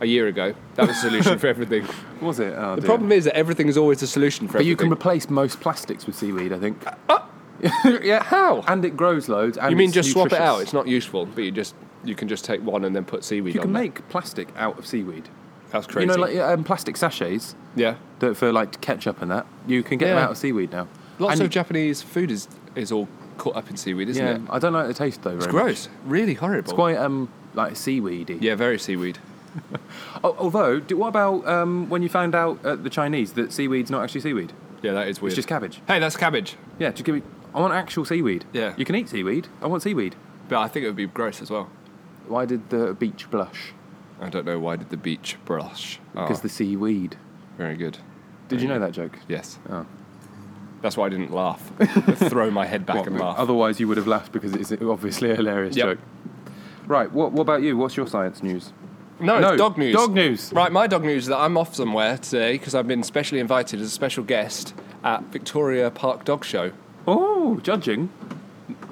S1: a year ago. That was a solution for everything.
S2: was it? Oh,
S1: The problem is that everything is always a solution for
S2: But you
S1: everything.
S2: can replace most plastics with seaweed, I think.
S1: yeah, how?
S2: And it grows loads. And
S1: You mean
S2: it's
S1: just swap it
S2: nutritious.
S1: out? It's not useful, but you just you can just take one and then put seaweed
S2: you
S1: on.
S2: can
S1: there.
S2: make plastic out of seaweed.
S1: That's crazy.
S2: You know, like um, plastic sachets
S1: yeah,
S2: that for like ketchup and that. You can get them
S1: Yeah.
S2: out of seaweed now.
S1: lots
S2: And
S1: of Japanese food is is all caught up in seaweed,
S2: you-
S1: isn't
S2: yeah,
S1: it?
S2: I don't like the taste though.
S1: It's
S2: very much.
S1: gross, really horrible.
S2: It's quite um like seaweedy.
S1: yeah, very seaweed.
S2: Al- although, do, what about um, when you found out at the Chinese that seaweed's not actually seaweed?
S1: Yeah, that is weird.
S2: It's just cabbage.
S1: hey, that's cabbage.
S2: Yeah, just give me. I want actual seaweed.
S1: Yeah.
S2: You can eat seaweed. I want seaweed.
S1: But I think it would be gross as well.
S2: Why did the beach blush?
S1: I don't know why did the beach brush. Ah,
S2: Because the seaweed.
S1: very good.
S2: Did you know that joke?
S1: Yes.
S2: Oh.
S1: That's why I didn't laugh. Throw my head back and
S2: Well,
S1: laugh.
S2: Otherwise, you would have laughed because it's obviously a hilarious
S1: Yep.
S2: joke. Right. What, what about you? What's your science news?
S1: No,
S2: No,
S1: it's dog news.
S2: dog news.
S1: Right, my dog news is that I'm off somewhere today because I've been specially invited as a special guest at Victoria Park Dog Show.
S2: Oh, judging.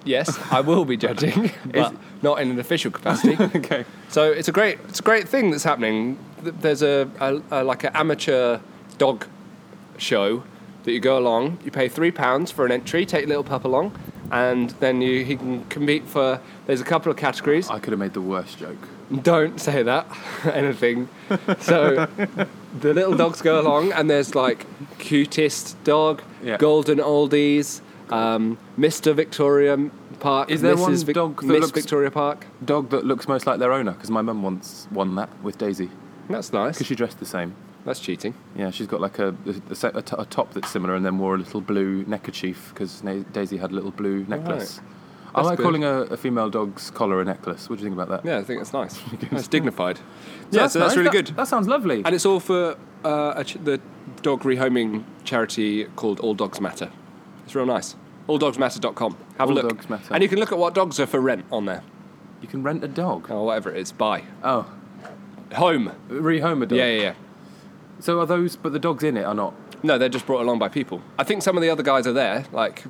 S1: Yes, I will be judging, but not in an official capacity.
S2: Okay.
S1: so it's a great, it's a great thing that's happening. Th- There's a, a, a like an amateur dog show that you go along. You pay three pounds for an entry. Take little pup along, and then you he can compete for. There's a couple of categories.
S2: I could have made the worst joke.
S1: Don't say that. Anything. So the little dogs go along, and there's like cutest dog,
S2: Yeah.
S1: golden oldies, um, Mr. Victoria Park.
S2: Is there
S1: Mrs.
S2: one dog that
S1: Miss
S2: looks-
S1: Victoria Park?
S2: Dog that looks most like their owner because my mum once won that with Daisy
S1: That's nice.
S2: because she dressed the same.
S1: That's cheating.
S2: Yeah, she's got like a, a, set- a, t- a top that's similar and then wore a little blue neckerchief because Daisy had a little blue necklace. I
S1: That's
S2: like
S1: good.
S2: calling a, a female dog's collar a necklace. What do you think about that?
S1: Yeah, I think that's nice. That's dignified. yeah, so that's
S2: nice.
S1: really
S2: That-
S1: good.
S2: That sounds lovely.
S1: And it's all for uh, a ch- the dog rehoming charity called All Dogs Matter. It's real nice. Alldogsmatter.com. Have
S2: All
S1: a look.
S2: Dogs Matter.
S1: And you can look at what dogs are for rent on there,
S2: You can rent a dog.
S1: or whatever it is. Buy.
S2: Oh,
S1: Home.
S2: rehome a dog.
S1: Yeah, yeah, yeah.
S2: So are those, but the dogs in it are not.
S1: No, they're just brought along by people. I think some of the other guys are there, like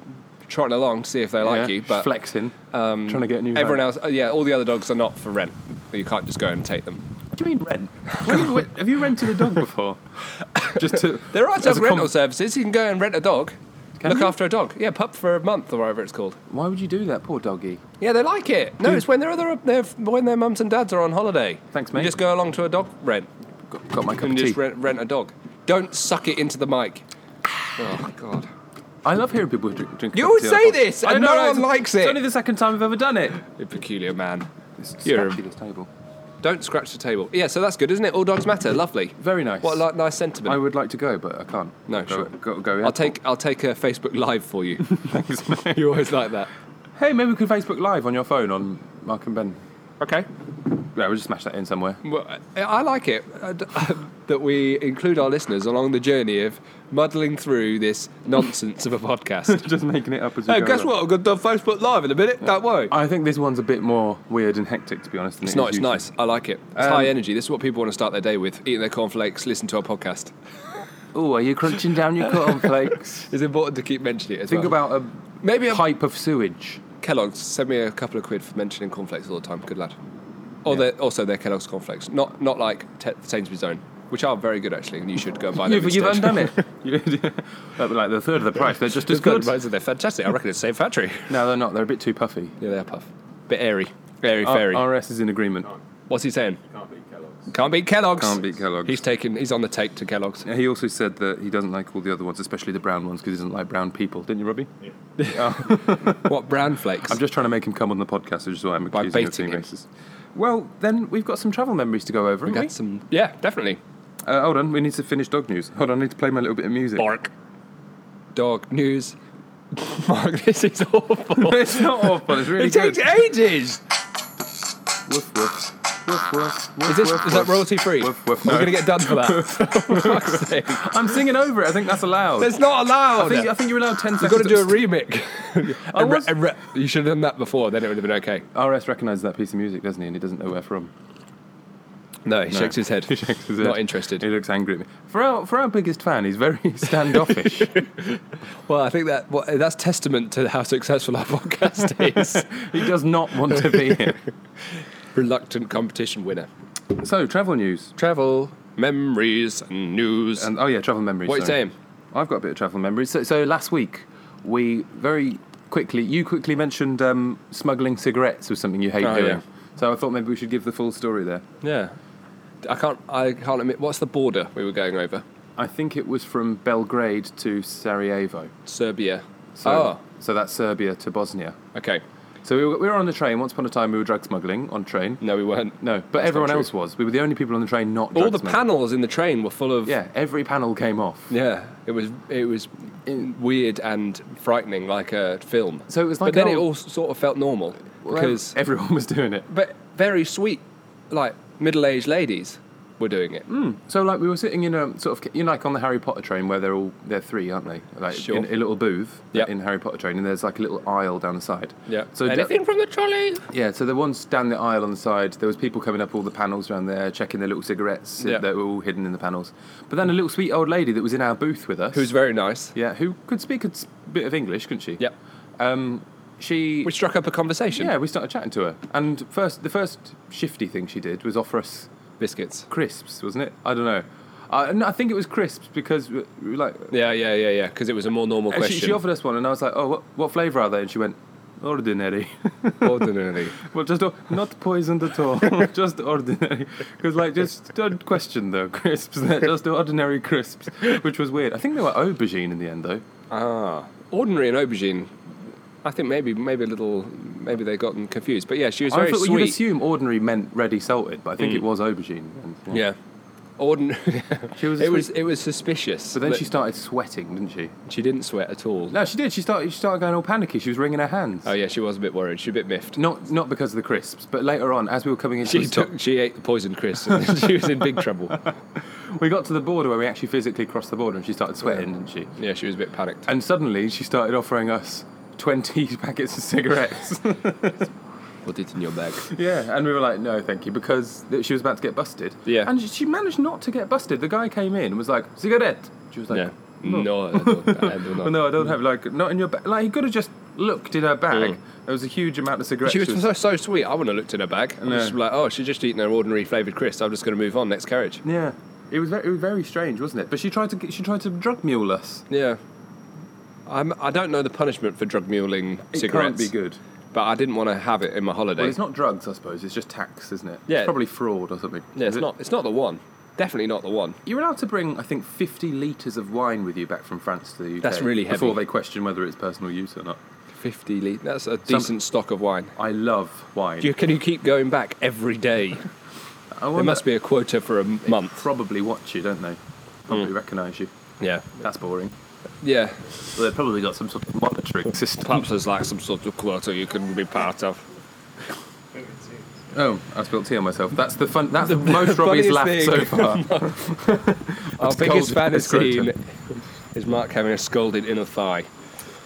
S1: trotting along to see if they like
S2: Yeah,
S1: you, but
S2: flexing, trying to get a new.
S1: everyone
S2: home.
S1: else, uh, yeah, all the other dogs are not for rent. You can't just go and take them.
S2: What do you mean rent? What do you- what- have you rented a dog before? Just to
S1: There are
S2: as
S1: dog
S2: a com-
S1: rental services. You can go and rent a dog,
S2: Can
S1: look
S2: you?
S1: after a dog. Yeah, pup for a month or whatever it's called.
S2: Why would you do that, poor doggy?
S1: Yeah, they like it. No, it's when their other their, when their mums and dads are on holiday.
S2: Thanks,
S1: You
S2: mate.
S1: just go along to a dog rent
S2: Got, got my cup of
S1: and
S2: tea.
S1: just rent, rent a dog. Don't suck it into the mic. Oh God!
S2: I love hearing people drink. drink
S1: You always
S2: cup of tea on
S1: say
S2: the podcast.
S1: this,
S2: I
S1: and no
S2: know, it's-
S1: one likes
S2: It's
S1: it.
S2: only the second time I've ever done it.
S1: You peculiar man.
S2: It's
S1: You're a-
S2: scratching this table.
S1: Don't scratch the table. Yeah, so that's good, isn't it? All dogs matter. Lovely.
S2: Very nice.
S1: What a li- nice
S2: I
S1: sentiment.
S2: would like to go, but I can't.
S1: No,
S2: go,
S1: sure.
S2: Go, go in.
S1: I'll take I'll take a Facebook live for you.
S2: Thanks, mate.
S1: you always like that.
S2: Hey, maybe we could Facebook Live on your phone on Mark and Ben.
S1: Okay.
S2: Yeah, we'll just smash that in somewhere.
S1: Well, I- I like it uh, d- that we include our listeners along the journey of muddling through this nonsense of a podcast.
S2: just making it up as we
S1: hey,
S2: go
S1: guess
S2: along.
S1: what? I've got to Facebook live in a minute. Don't worry.
S2: I think this one's a bit more weird and hectic, to be honest. than
S1: It's
S2: it is
S1: not. It's
S2: usual.
S1: nice. I like it. It's
S2: Um,
S1: high energy. This is what people want to start their day with: eating their cornflakes, listen to our podcast.
S2: Oh, are you crunching down your cornflakes?
S1: It's important to keep mentioning it. As
S2: Think
S1: well.
S2: about a
S1: maybe a
S2: pipe of sewage.
S1: Kellogg's send me a couple of quid for mentioning cornflakes all the time. Good lad. Or they're, also they're Kellogg's cornflakes, not not like te- Sainsbury's own, which are very good actually, and you should go and buy them.
S2: You've, you've
S1: instead.
S2: undone it. That'd be Uh, like the third of the price. They're just as
S1: Just good.
S2: good.
S1: They're fantastic. I reckon it's the same factory.
S2: No, they're not. They're a bit too puffy.
S1: Yeah, they are puff. Bit airy, airy
S2: R-
S1: fairy.
S2: RS is in agreement.
S1: What's he saying? Can't beat Kellogg's.
S2: Can't beat Kellogg's.
S1: He's taken. He's on the take to Kellogg's.
S2: Yeah, He also said that he doesn't like all the other ones, especially the brown ones, because he doesn't like brown people. Didn't you, Robbie?
S1: what brown flakes?
S2: I'm just trying to make him come on the podcast, which is why I'm
S1: By
S2: accusing him of
S1: baiting
S2: being
S1: him.
S2: racist. Well, then we've got some travel memories to go over.
S1: we
S2: haven't
S1: got some. Yeah, definitely.
S2: we? Uh, hold on, we need to finish dog news. Hold on, I need to play my little bit of music.
S1: Bark. Dog news. Mark, this is awful.
S2: it's not awful. It's really
S1: it
S2: good.
S1: takes ages.
S2: Woof woof. Woof woof. woof
S1: Is this
S2: woof,
S1: is that
S2: woof.
S1: royalty free?
S2: Woof woof.
S1: We're
S2: No.
S1: gonna get done for that. For fuck's sake.
S2: I'm singing over it. I think that's allowed.
S1: That's not allowed.
S2: I think, I think you're allowed 10
S1: You've
S2: seconds.
S1: got to do a
S2: of-
S1: remix. A re-
S2: was-
S1: a re- you should have done that before. Then it would have been okay.
S2: RS recognises that piece of music, doesn't he? And he doesn't know where from.
S1: No, he shakes his head.
S2: He shakes his
S1: Not
S2: head.
S1: interested.
S2: He looks angry at me. For our, for our biggest fan, he's very standoffish.
S1: Well, I think that well, that's testament to how successful our podcast is.
S2: he does not want to be here.
S1: Reluctant competition winner.
S2: So, travel news.
S1: Travel, memories, and news.
S2: And, oh, yeah, travel memories.
S1: What are you
S2: sorry.
S1: saying?
S2: I've got a bit of travel memories. So, so last week, we very quickly, you quickly mentioned um, smuggling cigarettes was something you hate
S1: Oh,
S2: doing.
S1: yeah.
S2: So I thought maybe we should give the full story there.
S1: yeah. I can't. I can't admit. What's the border we were going over?
S2: I think it was from Belgrade to Sarajevo.
S1: Serbia.
S2: So,
S1: oh,
S2: so that's Serbia to Bosnia.
S1: okay.
S2: So we were, we were on the train. Once upon a time, we were drug smuggling on train.
S1: No, we weren't.
S2: No, but
S1: That's
S2: everyone
S1: not true.
S2: else was. We were the only people on the train not.
S1: All
S2: drug
S1: the
S2: smuggling.
S1: panels in the train were full of.
S2: Yeah, every panel came off.
S1: Yeah. It was. It was weird and frightening, like a film.
S2: So it was like
S1: But then
S2: an
S1: it
S2: old-
S1: all sort of felt normal because.
S2: Because everyone was doing it.
S1: but very sweet, like middle-aged ladies were doing it.
S2: So like we were sitting in a sort of you know like on the Harry Potter train where they're all they're three aren't they like
S1: Sure.
S2: in a little booth
S1: Yep.
S2: in Harry Potter train and there's like a little aisle down the side.
S1: Yeah.
S2: So da-
S1: anything from the trolley?
S2: yeah. So the ones down the aisle on the side there was people coming up all the panels around there checking their little cigarettes
S1: Yeah.
S2: that were all hidden in the panels. But then a little sweet old lady that was in our booth with us.
S1: Who's very nice.
S2: yeah who could speak a s- bit of English couldn't she?
S1: Yep.
S2: Um, she
S1: We struck up a conversation.
S2: yeah we started chatting to her and first the first shifty thing she did was offer us
S1: Biscuits.
S2: crisps, wasn't it? I don't know. Uh, no, I think it was crisps because we, we were like
S1: Yeah, yeah, yeah, yeah. Because it was a more normal
S2: and she,
S1: question.
S2: she offered us one, and I was like, "Oh, what, what flavour are they?" And she went, "Ordinary."
S1: ordinarily.
S2: well, just or- not poisoned at all, just ordinary. Because like, just don't question the crisps. They're just ordinary crisps, which was weird. I think they were aubergine in the end, though.
S1: ah, ordinary and aubergine. I think maybe maybe a little maybe they gotten confused. But yeah, she was
S2: I
S1: very
S2: thought you'd
S1: sweet.
S2: assume ordinary meant ready salted, but I think it was aubergine. And,
S1: yeah. Ordinary.
S2: She was a
S1: it
S2: sweet-
S1: was it was suspicious.
S2: But then
S1: that
S2: she started sweating, didn't she?
S1: she didn't sweat at all.
S2: No, she did. She started. She started going all panicky. She was wringing her hands.
S1: Oh yeah, she was a bit worried. She was a bit miffed.
S2: Not not because of the crisps, but later on, as we were coming into
S1: She
S2: the stop-
S1: took she ate the poisoned crisps. and she was in big trouble.
S2: we got to the border where we actually physically crossed the border, and she started sweating, didn't she?
S1: Yeah, she was a bit panicked.
S2: And suddenly, she started offering us twenty packets of cigarettes.
S1: Put it in your bag.
S2: yeah, and we were like, no, thank you, because th- she was about to get busted.
S1: Yeah.
S2: and she- she managed not to get busted. The guy came in and was like, cigarette. She was like,
S1: Yeah. No, I don't. I do
S2: well,
S1: not.
S2: no, I don't have like not in your bag. Like he could have just looked in her bag.
S1: Mm.
S2: There was a huge amount of cigarettes.
S1: She was so, so sweet. I wouldn't have looked in her bag. I was
S2: No.
S1: just like, oh, she's just eating her ordinary flavoured crisps. I'm just going to move on. Next carriage.
S2: yeah. It was, very, it was very strange, wasn't it? But she tried to get- she tried to drug mule us.
S1: Yeah. I'm, I don't know the punishment for drug muling
S2: It
S1: cigarettes,
S2: can't be good.
S1: but I didn't want to have it in my holiday.
S2: Well, it's not drugs, I suppose. It's just tax, isn't it?
S1: Yeah.
S2: It's probably fraud or something.
S1: yeah, it's
S2: Is it?
S1: not. It's not the one. Definitely not the one.
S2: You're allowed to bring, I think, 50 litres of wine with you back from France to the UK.
S1: That's really heavy.
S2: Before they question whether it's personal use or not.
S1: Fifty litre. That's a decent stock of wine.
S2: I love wine.
S1: Do you, can you keep going back every day?
S2: I
S1: There
S2: wonder-
S1: must be a quota for a m- month. Hmm.
S2: Probably watch you, don't they? Probably recognise you.
S1: Yeah.
S2: That's boring.
S1: Yeah.
S2: Well, they've probably got some sort of monitoring system.
S1: Perhaps there's like some sort of quota you can be part of.
S2: Oh, I spilled tea on myself. That's the fun. That's the, most Robbie's
S1: funniest
S2: laughed so
S1: thing.
S2: far.
S1: Our biggest
S2: cold. It's
S1: fantasy
S2: quota.
S1: is Mark having a scalded inner thigh.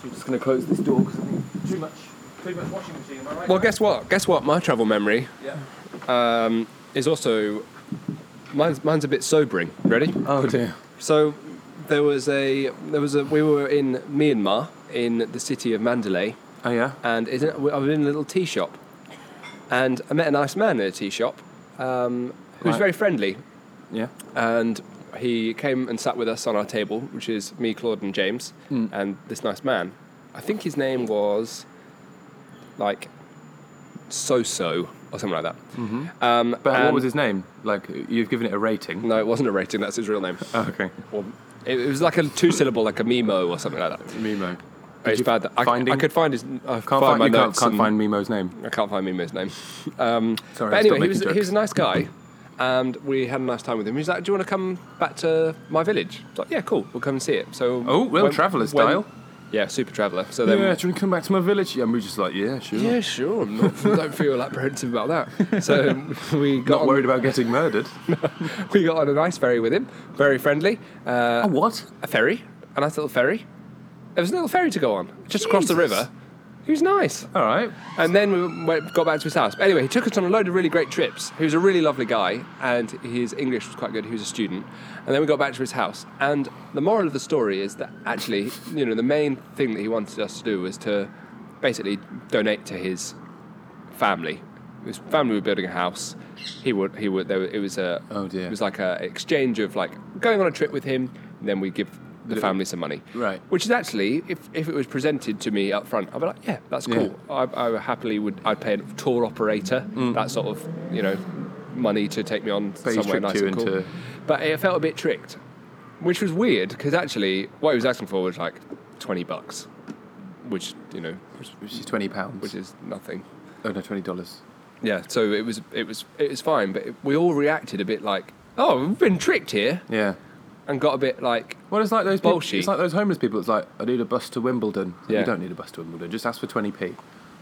S2: I'm just going to close this door because I think too much, too much washing machine. Am I right?
S1: Well, guess what? Guess what? My travel memory um,
S2: yeah.
S1: is also mine's, mine's a bit sobering. Ready?
S2: Oh dear.
S1: So there was a there was a we were in Myanmar in the city of Mandalay,
S2: Oh yeah.
S1: and it, I was in a little tea shop, and I met a nice man in a tea shop, um, who was
S2: Right.
S1: very friendly,
S2: Yeah.
S1: and he came and sat with us on our table, which is me, Claude, and James,
S2: Hmm.
S1: and this nice man. I think his name was like So So or something like that. Um,
S2: Mm-hmm. But what
S1: and-
S2: was his name? Like you've given it a rating.
S1: No, it wasn't a rating. That's his real name.
S2: Oh, okay.
S1: Or it, it was like a two syllable, like a memo or something like that.
S2: Mimo.
S1: it's
S2: you
S1: bad. That I,
S2: find
S1: I
S2: him?
S1: could find his. I find
S2: Can't find,
S1: my
S2: you can't,
S1: notes
S2: can't
S1: and-
S2: find Mimo's name.
S1: I can't find Mimo's name. Um,
S2: Sorry,
S1: but
S2: I'll stop
S1: anyway, he
S2: making
S1: was, he
S2: jokes.
S1: was a nice guy, and we had a nice time with him. He was like, "Do you want to come back to my village?" I was like, "Yeah, cool. We'll come and see it." So,
S2: Oh, well,
S1: when-
S2: traveller
S1: when-
S2: style.
S1: Yeah, super traveller. So then,
S2: Yeah, do you want to come back to my village? Yeah, and we're just like, Um, yeah, sure.
S1: yeah, sure. I'm not, don't feel apprehensive about that. So we got
S2: Not
S1: on,
S2: worried about getting murdered.
S1: we got on a nice ferry with him. Very friendly. Uh,
S2: oh, what?
S1: a ferry, a nice little ferry. There was a little ferry to go on, just across the
S2: Jesus.
S1: river. He was nice.
S2: All right.
S1: And then we went, got back to his house. But anyway, he took us on a load of really great trips. He was a really lovely guy, and his English was quite good. He was a student. And then we got back to his house. And the moral of the story is that actually, you know, the main thing that he wanted us to do was to basically donate to his family. His family were building a house. He would, he would, there, were- it was a,
S2: Oh, dear.
S1: It was like an exchange of like going on a trip with him, and then we give the family some money.
S2: Right.
S1: Which is actually, if, if it was presented to me up front, I'd be like, yeah, that's
S2: Yeah. Mm.
S1: cool. I, I happily would. I'd pay a tour operator that sort of you know money to take me on
S2: he's
S1: somewhere
S2: tricked
S1: nice
S2: you
S1: and cool.
S2: into-
S1: But it felt a bit tricked, which was weird because actually what he was asking for was like twenty bucks, which you know
S2: Which is twenty pounds.
S1: which is nothing.
S2: oh no, twenty dollars.
S1: Yeah. So it was it was it was fine, but it, we all reacted a bit like, oh, we've been tricked here,
S2: Yeah.
S1: and got a bit like.
S2: Well, it's like those people,
S1: Bullshit.
S2: it's like those homeless people. It's like I need a bus to Wimbledon.
S1: Yeah.
S2: You don't need a bus to Wimbledon. Just ask for twenty p,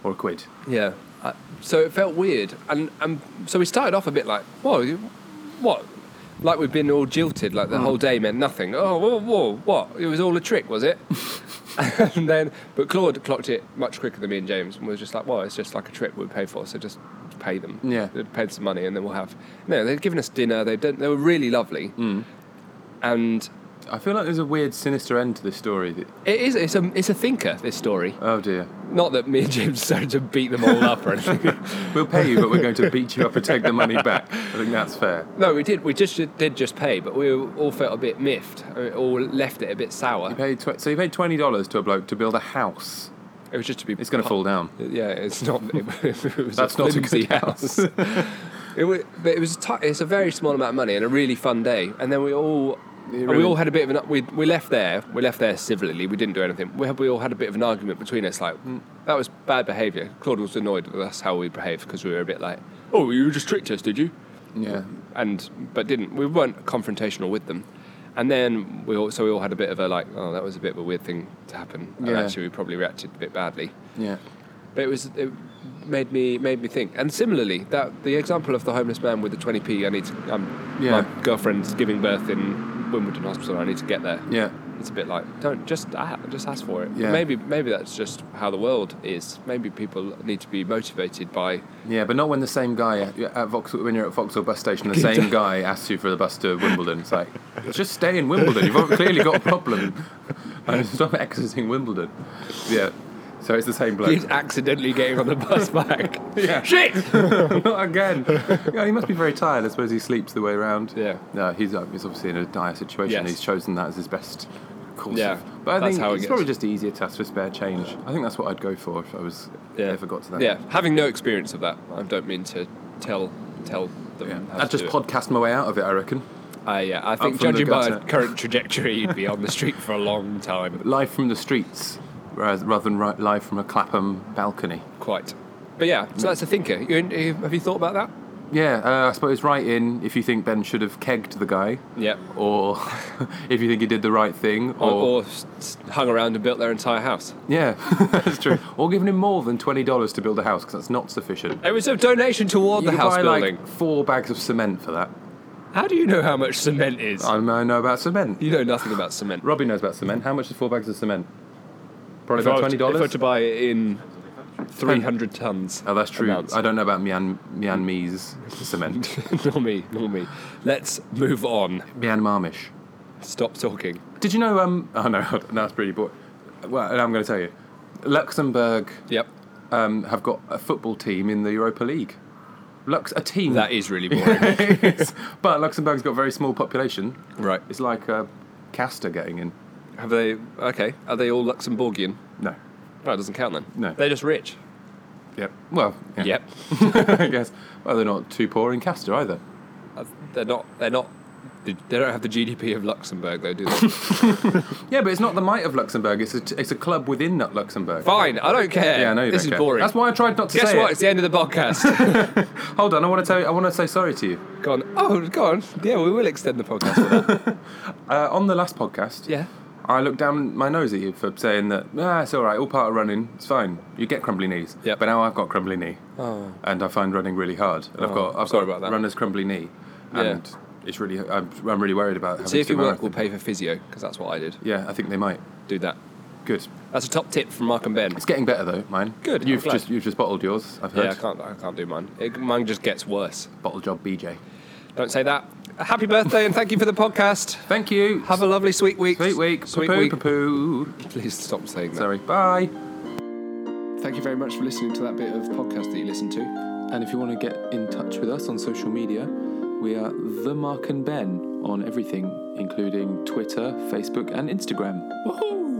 S2: or a quid.
S1: Yeah. Uh, so it felt weird, and and so we started off a bit like, whoa, you- what? Like we've been all jilted, like the whole day meant nothing. Oh, whoa, whoa, what? It was all a trick, was it? and then, but Claude clocked it much quicker than me and James, and was just like, well, it's just like a trip we paid for, so just pay them.
S2: Yeah.
S1: they paid some money, and then we'll have. No, they'd given us dinner. They done, they were really lovely, and
S2: I feel like there's a weird, sinister end to this story. That,
S1: it is it's a it's a thinker this story.
S2: oh dear.
S1: Not that me and James started to beat them all up or anything.
S2: We'll pay you, but we're going to beat you up and take the money back. I think that's fair.
S1: No, we did. We just did just pay, but we all felt a bit miffed. We all left it a bit sour.
S2: You paid tw- so you paid twenty dollars to a bloke to build a house.
S1: It was just to be.
S2: It's going to fall down.
S1: Yeah, it's not. It, was
S2: That's
S1: a
S2: not a
S1: flimsy
S2: good house.
S1: it was, but it was. A ti it's a very small amount of money and a really fun day. And then we all. and
S2: really-
S1: we all had a bit of an. We, we left there. We left there civilly. We didn't do anything. We, had, we all had a bit of an argument between us. Like "Mm, that was bad behaviour. Claude was annoyed with us how we behaved because we were a bit like, "Oh, you just tricked us, did you?"
S2: Yeah.
S1: and but didn't we weren't confrontational with them and then we all so we all had a bit of a like oh that was a bit of a weird thing to happen and
S2: Yeah.
S1: actually we probably reacted a bit badly
S2: Yeah.
S1: but it was it made me made me think and similarly that the example of the homeless man with the 20p i need to um,
S2: Yeah.
S1: my girlfriend's giving birth in wimbledon hospital i need to get there
S2: Yeah.
S1: it's a bit like don't just ah, just ask for it
S2: Yeah.
S1: maybe maybe that's just how the world is maybe people need to be motivated by
S2: Yeah, but not when the same guy at, at Vauxhall, when you're at Vauxhall bus station, the same guy asks you for the bus to Wimbledon. It's like, just stay in Wimbledon. You've clearly got a problem. And stop exiting Wimbledon. Yeah. So it's the same bloke.
S1: he's accidentally getting on the bus back
S2: Yeah.
S1: shit
S2: Not again. Yeah, he must be very tired. I suppose he sleeps the way around.
S1: Yeah.
S2: No, he's, uh, he's obviously in a dire situation.
S1: Yes.
S2: He's chosen that as his best course.
S1: Yeah,
S2: Of, but I
S1: that's
S2: think
S1: how it
S2: it's
S1: gets.
S2: probably just easier to ask for spare change. I think that's what I'd go for if I was ever got to that.
S1: Yeah, having no experience of that, I don't mean to tell tell them.
S2: Yeah.
S1: how
S2: I'd
S1: to
S2: just
S1: do it.
S2: podcast my way out of it, I reckon.
S1: I, yeah, I think
S2: from the
S1: judging by
S2: gutter.
S1: current trajectory, you'd be on the street for a long time.
S2: live from the streets whereas, rather than ri- live from a Clapham balcony.
S1: Quite. But yeah, so that's a thinker. You, you- have you thought about that?
S2: Yeah, uh, I suppose right in if you think Ben should have kegged the guy,
S1: Yeah.
S2: or if you think he did the right thing,
S1: Or,
S2: or,
S1: or s- s- hung around and built their entire house.
S2: yeah, that's true, or giving him more than twenty dollars to build a house because that's not sufficient.
S1: It was a donation toward
S2: You
S1: the
S2: could
S1: house
S2: buy
S1: building.
S2: like four bags of cement for that.
S1: How do you know how much cement is?
S2: I I know about cement.
S1: you know nothing about cement.
S2: Robbie knows about cement. How much is four bags of cement? Probably
S1: If I
S2: about
S1: were
S2: twenty
S1: to- If I were
S2: dollars.
S1: to buy it in 300 tons.
S2: Oh, that's true.
S1: amounts.
S2: I don't know about Myan- Myanmar's cement.
S1: nor me, nor me. Let's move on.
S2: Myanmarmish.
S1: Stop talking.
S2: Did you know? Um, oh no, no, that's pretty boring. Well, and I'm going to tell you, Luxembourg
S1: Yep.
S2: um, have got a football team in the Europa League. Lux, a team
S1: That is really boring.
S2: is. but Luxembourg's got a very small population.
S1: right.
S2: It's like uh, Castor getting in.
S1: Have they? Okay. Are they all Luxembourgian?
S2: No.
S1: No, it doesn't count then.
S2: No.
S1: They're just rich.
S2: Yep. Well. Yeah.
S1: Yep.
S2: I guess. Well, they're not too poor in Castor either.
S1: Uh, they're not. They're not. They they don't have the GDP of Luxembourg, though, do they?
S2: Yeah, but it's not the might of Luxembourg. It's a, t- it's a club within Luxembourg.
S1: Fine. I don't care.
S2: Yeah, I know you
S1: This
S2: don't
S1: is
S2: care.
S1: boring.
S2: That's why I tried not to
S1: Guess
S2: say
S1: what? It's
S2: it.
S1: the end of the podcast.
S2: Hold on, I want to tell you, I want to say sorry to you.
S1: go on. Oh, go on. Yeah, we will extend the podcast. For that.
S2: Uh, on the last podcast,
S1: Yeah.
S2: I looked down my nose at you for saying that, ah, it's all right, all part of running, it's fine. You get crumbly knees.
S1: Yep.
S2: But now I've got crumbly knee. Oh. And I find running really hard. And I've got, I've
S1: Oh, sorry
S2: got
S1: about that.
S2: runner's crumbly knee. And it's really, I'm, I'm really worried about having
S1: See if
S2: to
S1: your
S2: do a
S1: work will
S2: marathon.
S1: pay for physio, because that's what I did.
S2: Yeah, I think they might.
S1: Do that.
S2: Good.
S1: That's a top tip from Mark and Ben.
S2: It's getting better though, mine.
S1: Good, I'm
S2: You've
S1: glad.
S2: just you've just bottled yours. I've heard.
S1: Yeah, I can't. I can't do mine. It, mine just gets worse.
S2: Bottle job, BJ.
S1: Don't say that. Happy birthday and thank you for the podcast.
S2: Thank you.
S1: Have a lovely sweet week.
S2: sweet week.
S1: Sweet
S2: Poo-poo,
S1: week.
S2: poo-poo.
S1: Please stop saying that.
S2: Sorry. Bye.
S1: Thank you very much for listening to that bit of podcast that you listened to.
S3: And if you want to get in touch with us on social media, we are The Mark and Ben on everything, including Twitter, Facebook, and Instagram. Woohoo!